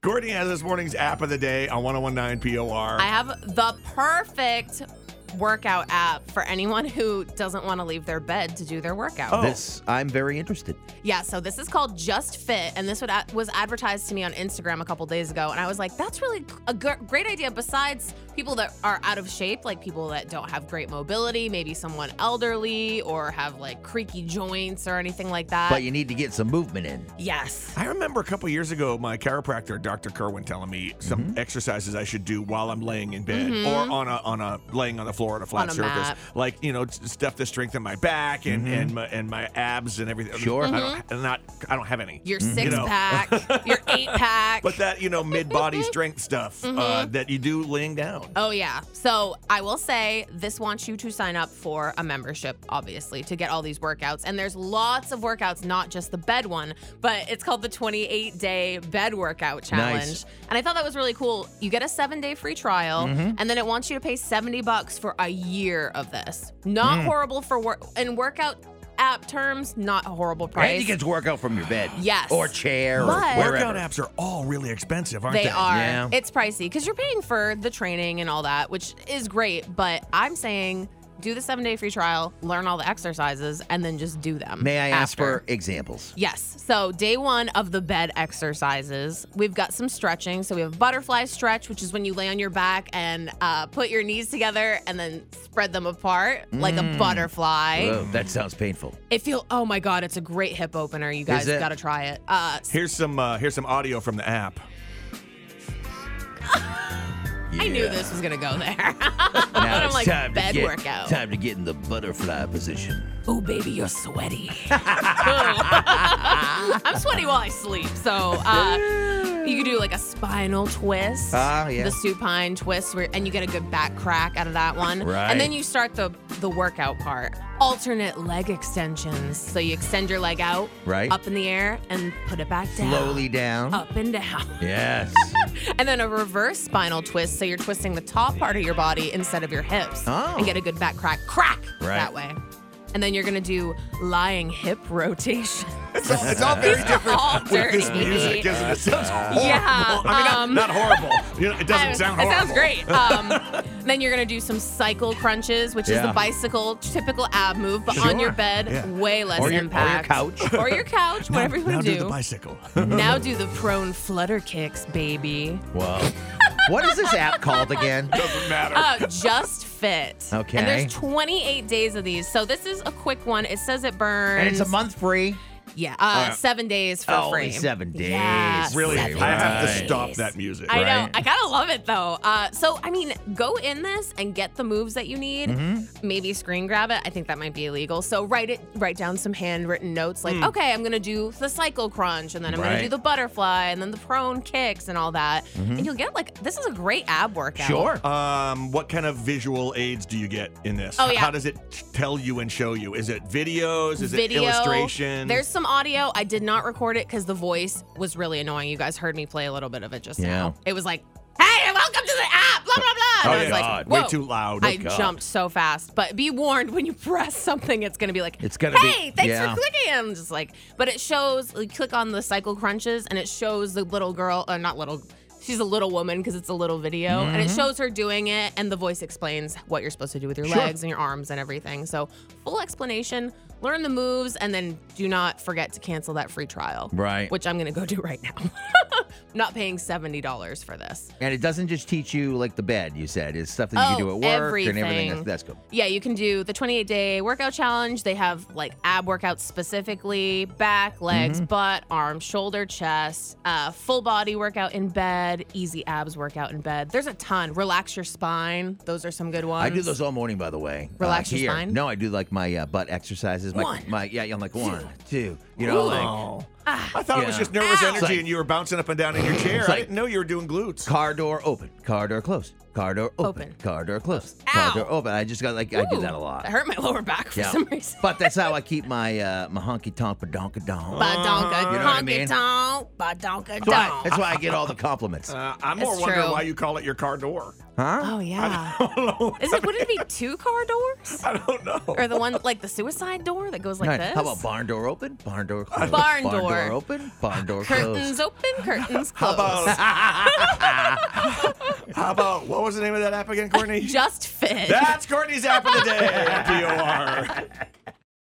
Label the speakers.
Speaker 1: Courtney has this morning's app of the day on 1019 POR.
Speaker 2: I have the perfect workout app for anyone who doesn't want to leave their bed to do their workout.
Speaker 1: Oh.
Speaker 3: This I'm very interested.
Speaker 2: Yeah, so this is called Just Fit, and this would, was advertised to me on Instagram a couple days ago, and I was like, that's really a g- great idea. Besides people that are out of shape, like people that don't have great mobility, maybe someone elderly or have like creaky joints or anything like that.
Speaker 3: But you need to get some movement in.
Speaker 2: yes.
Speaker 1: I remember a couple years ago, my chiropractor, Dr. Kerwin, telling me some exercises I should do while I'm laying in bed or on a on a laying on the floor on a flat
Speaker 2: Mm-hmm. On a
Speaker 1: surface,
Speaker 2: mat.
Speaker 1: like you know s- stuff to strengthen my back and and my, and my abs and everything.
Speaker 3: Sure.
Speaker 1: I don't,
Speaker 2: Mm-hmm.
Speaker 1: I'm not I don't have any.
Speaker 2: Your six
Speaker 1: Mm-hmm. know.
Speaker 2: pack, your eight pack.
Speaker 1: but that you know mid body strength stuff uh,
Speaker 2: Mm-hmm.
Speaker 1: that you do laying down.
Speaker 2: Oh, yeah. So I will say this wants you to sign up for a membership, obviously, to get all these workouts. And there's lots of workouts, not just the bed one, but it's called the 28 day bed workout challenge.
Speaker 3: Nice.
Speaker 2: And I thought that was really cool. You get a seven day free trial,
Speaker 3: Mm-hmm.
Speaker 2: and then it wants you to pay 70 bucks for a year of this. Not
Speaker 3: Mm.
Speaker 2: horrible for work in workout app terms, not a horrible price.
Speaker 3: And you get to work out from your bed.
Speaker 2: Yes.
Speaker 3: Or chair
Speaker 2: But-
Speaker 3: or wherever.
Speaker 1: Workout apps are all really expensive, aren't they?
Speaker 2: They are.
Speaker 3: Yeah.
Speaker 2: It's pricey because you're paying for the training and all that, which is great. But I'm saying do the seven day free trial, learn all the exercises, and then just do them.
Speaker 3: May I ask
Speaker 2: after.
Speaker 3: for examples?
Speaker 2: Yes. So, day one of the bed exercises, we've got some stretching. So, we have butterfly stretch, which is when you lay on your back and uh, put your knees together and then spread them apart like a butterfly.
Speaker 3: Mm. Whoa, that sounds painful.
Speaker 2: It feel oh my god, it's a great hip opener. You guys
Speaker 3: it?
Speaker 2: got to try it. Uh,
Speaker 1: Here's some uh, here's some audio from the app.
Speaker 2: I knew
Speaker 3: Yeah.
Speaker 2: this was gonna go there.
Speaker 3: Now
Speaker 2: I'm
Speaker 3: it's
Speaker 2: like,
Speaker 3: time
Speaker 2: bed
Speaker 3: to get,
Speaker 2: workout.
Speaker 3: Time to get in the butterfly position.
Speaker 2: Oh, baby, you're sweaty. I'm sweaty while I sleep. So uh, you could do like a spinal twist.
Speaker 3: Ah, yeah.
Speaker 2: The supine twist, where, and you get a good back crack out of that one.
Speaker 3: Right.
Speaker 2: And then you start the, the workout part. Alternate leg extensions. So you extend your leg out,
Speaker 3: Right.
Speaker 2: up in the air, and put it back down.
Speaker 3: Slowly down.
Speaker 2: Up and down.
Speaker 3: Yes.
Speaker 2: And then a reverse spinal twist, so you're twisting the top part of your body instead of your hips,
Speaker 3: Oh.
Speaker 2: and get a good back crack, crack
Speaker 3: Right.
Speaker 2: that way. And then you're gonna do lying hip rotation.
Speaker 1: It's all, it's all very different
Speaker 2: all
Speaker 1: with this
Speaker 2: dirty.
Speaker 1: music, isn't it? It sounds horrible.
Speaker 2: Yeah,
Speaker 1: I mean,
Speaker 2: um,
Speaker 1: not, not horrible. You know, it doesn't
Speaker 2: I-
Speaker 1: sound
Speaker 2: It
Speaker 1: horrible.
Speaker 2: sounds great. Um, then you're gonna do some cycle crunches, which is
Speaker 3: Yeah.
Speaker 2: the bicycle typical ab move, but on
Speaker 1: Sure.
Speaker 2: your bed,
Speaker 1: Yeah.
Speaker 2: way less
Speaker 3: Or your- or your
Speaker 2: impact.
Speaker 3: couch.
Speaker 2: or your couch,
Speaker 1: Now-
Speaker 2: whatever you
Speaker 1: now
Speaker 2: wanna
Speaker 1: do the bicycle. It's
Speaker 2: now do the prone flutter kicks, baby.
Speaker 3: Whoa. what is this app called again?
Speaker 1: Doesn't matter.
Speaker 2: Uh, just fit.
Speaker 3: Okay.
Speaker 2: And there's 28 days of these, so this is a quick one. It says it burns.
Speaker 3: And it's a month free.
Speaker 2: Yeah, uh,
Speaker 1: right.
Speaker 2: seven days for
Speaker 3: Oh,
Speaker 2: free.
Speaker 3: only seven days.
Speaker 2: Yeah,
Speaker 1: really,
Speaker 2: seven
Speaker 1: I have
Speaker 2: days.
Speaker 1: to stop that music.
Speaker 2: I know.
Speaker 3: right?
Speaker 2: I gotta love it though. Uh, so I mean, go in this and get the moves that you need.
Speaker 3: Mm-hmm.
Speaker 2: Maybe screen grab it. I think that might be illegal. So write it. Write down some handwritten notes.
Speaker 1: Hmm.
Speaker 2: Like, okay, I'm gonna do the cycle crunch, and then I'm
Speaker 3: Right. Mm-hmm.
Speaker 2: gonna do the butterfly, and then the prone kicks, and all that. And you'll get like this is a great ab workout.
Speaker 3: Sure.
Speaker 1: Um, what kind of visual aids do you get in this?
Speaker 2: Oh, yeah.
Speaker 1: How does it t- tell you and show you? Is it videos? Is
Speaker 2: video.
Speaker 1: it illustration?
Speaker 2: There's some audio. I did not record it because the voice was really annoying. You guys heard me play a little bit of it just
Speaker 3: Yeah.
Speaker 2: now. It was like, "Hey, welcome to the app." Blah blah blah. And
Speaker 1: Oh,
Speaker 2: I was
Speaker 1: yeah.
Speaker 2: like,
Speaker 3: God.
Speaker 1: way
Speaker 2: "Whoa."
Speaker 1: too loud. Oh,
Speaker 2: I jumped so fast, but be warned when you press something, it's gonna be like,
Speaker 3: It's gonna be-
Speaker 2: hey, thanks
Speaker 3: yeah.
Speaker 2: for clicking. I'm just like, but it shows. You click on the cycle crunches, and it shows the little girl, uh, not little. She's a little woman because it's a little video, and it
Speaker 3: Mm-hmm.
Speaker 2: shows her doing it, and the voice explains what you're supposed to do with your legs and your arms and everything. So full explanation. Learn the moves, and then do not forget to cancel that free trial.
Speaker 3: Right.
Speaker 2: Which I'm gonna go do right now. not paying seventy dollars for this.
Speaker 3: And it doesn't just teach you like the bed, you said. It's stuff that you can do
Speaker 2: Oh,
Speaker 3: at work and everything.
Speaker 2: everything.
Speaker 3: That's, that's good.
Speaker 2: Yeah, you can do the 28 day workout challenge. They have like ab workouts specifically back, legs,
Speaker 3: Mm-hmm.
Speaker 2: butt, arm, shoulder, chest, uh, full body workout in bed, easy abs workout in bed. There's a ton. Relax your spine. Those are some good ones.
Speaker 3: I do those all morning, by the way. uh,
Speaker 2: Relax your
Speaker 3: here.
Speaker 2: spine?
Speaker 3: No, I do like my uh, butt exercises. My,
Speaker 2: One.
Speaker 3: My, yeah, I'm like one, two. You know, like
Speaker 1: Oh.
Speaker 2: ah.
Speaker 1: I thought it was
Speaker 3: Yeah.
Speaker 1: just nervous
Speaker 2: Ow.
Speaker 1: energy
Speaker 3: It's like-
Speaker 1: and you were bouncing up and down in your chair. I
Speaker 3: like-
Speaker 1: didn't know you were doing glutes.
Speaker 3: car door open, car door closed, car door open,
Speaker 2: Open.
Speaker 3: car door closed,
Speaker 2: Ow.
Speaker 3: car door open. I just got like, I do that a
Speaker 2: Ooh,
Speaker 3: lot.
Speaker 2: That hurt my lower back for some reason.
Speaker 3: but that's how I keep my uh, my honky tonk badonka donk.
Speaker 2: Badonka,
Speaker 3: Uh-huh. You know what I mean?
Speaker 2: honky tonk, badonka
Speaker 3: That's why,
Speaker 2: donk.
Speaker 3: that's why I get all the compliments.
Speaker 1: Uh, I'm more
Speaker 2: It's
Speaker 1: wondering
Speaker 2: true.
Speaker 1: why you call it your car door.
Speaker 2: Oh yeah. Is it? Would it be two car doors,
Speaker 1: I don't know.
Speaker 2: or the one like the suicide door that goes like
Speaker 3: Right.
Speaker 2: this?
Speaker 3: How about barn door open, barn door closed,
Speaker 2: Barn door door.
Speaker 3: door open, barn door
Speaker 2: Curtains
Speaker 3: closed.
Speaker 2: open, curtains
Speaker 1: How
Speaker 2: closed.
Speaker 1: about? how about? What was the name of that app again, Courtney?
Speaker 2: Just fit.
Speaker 1: That's Courtney Zap of the day. P O R.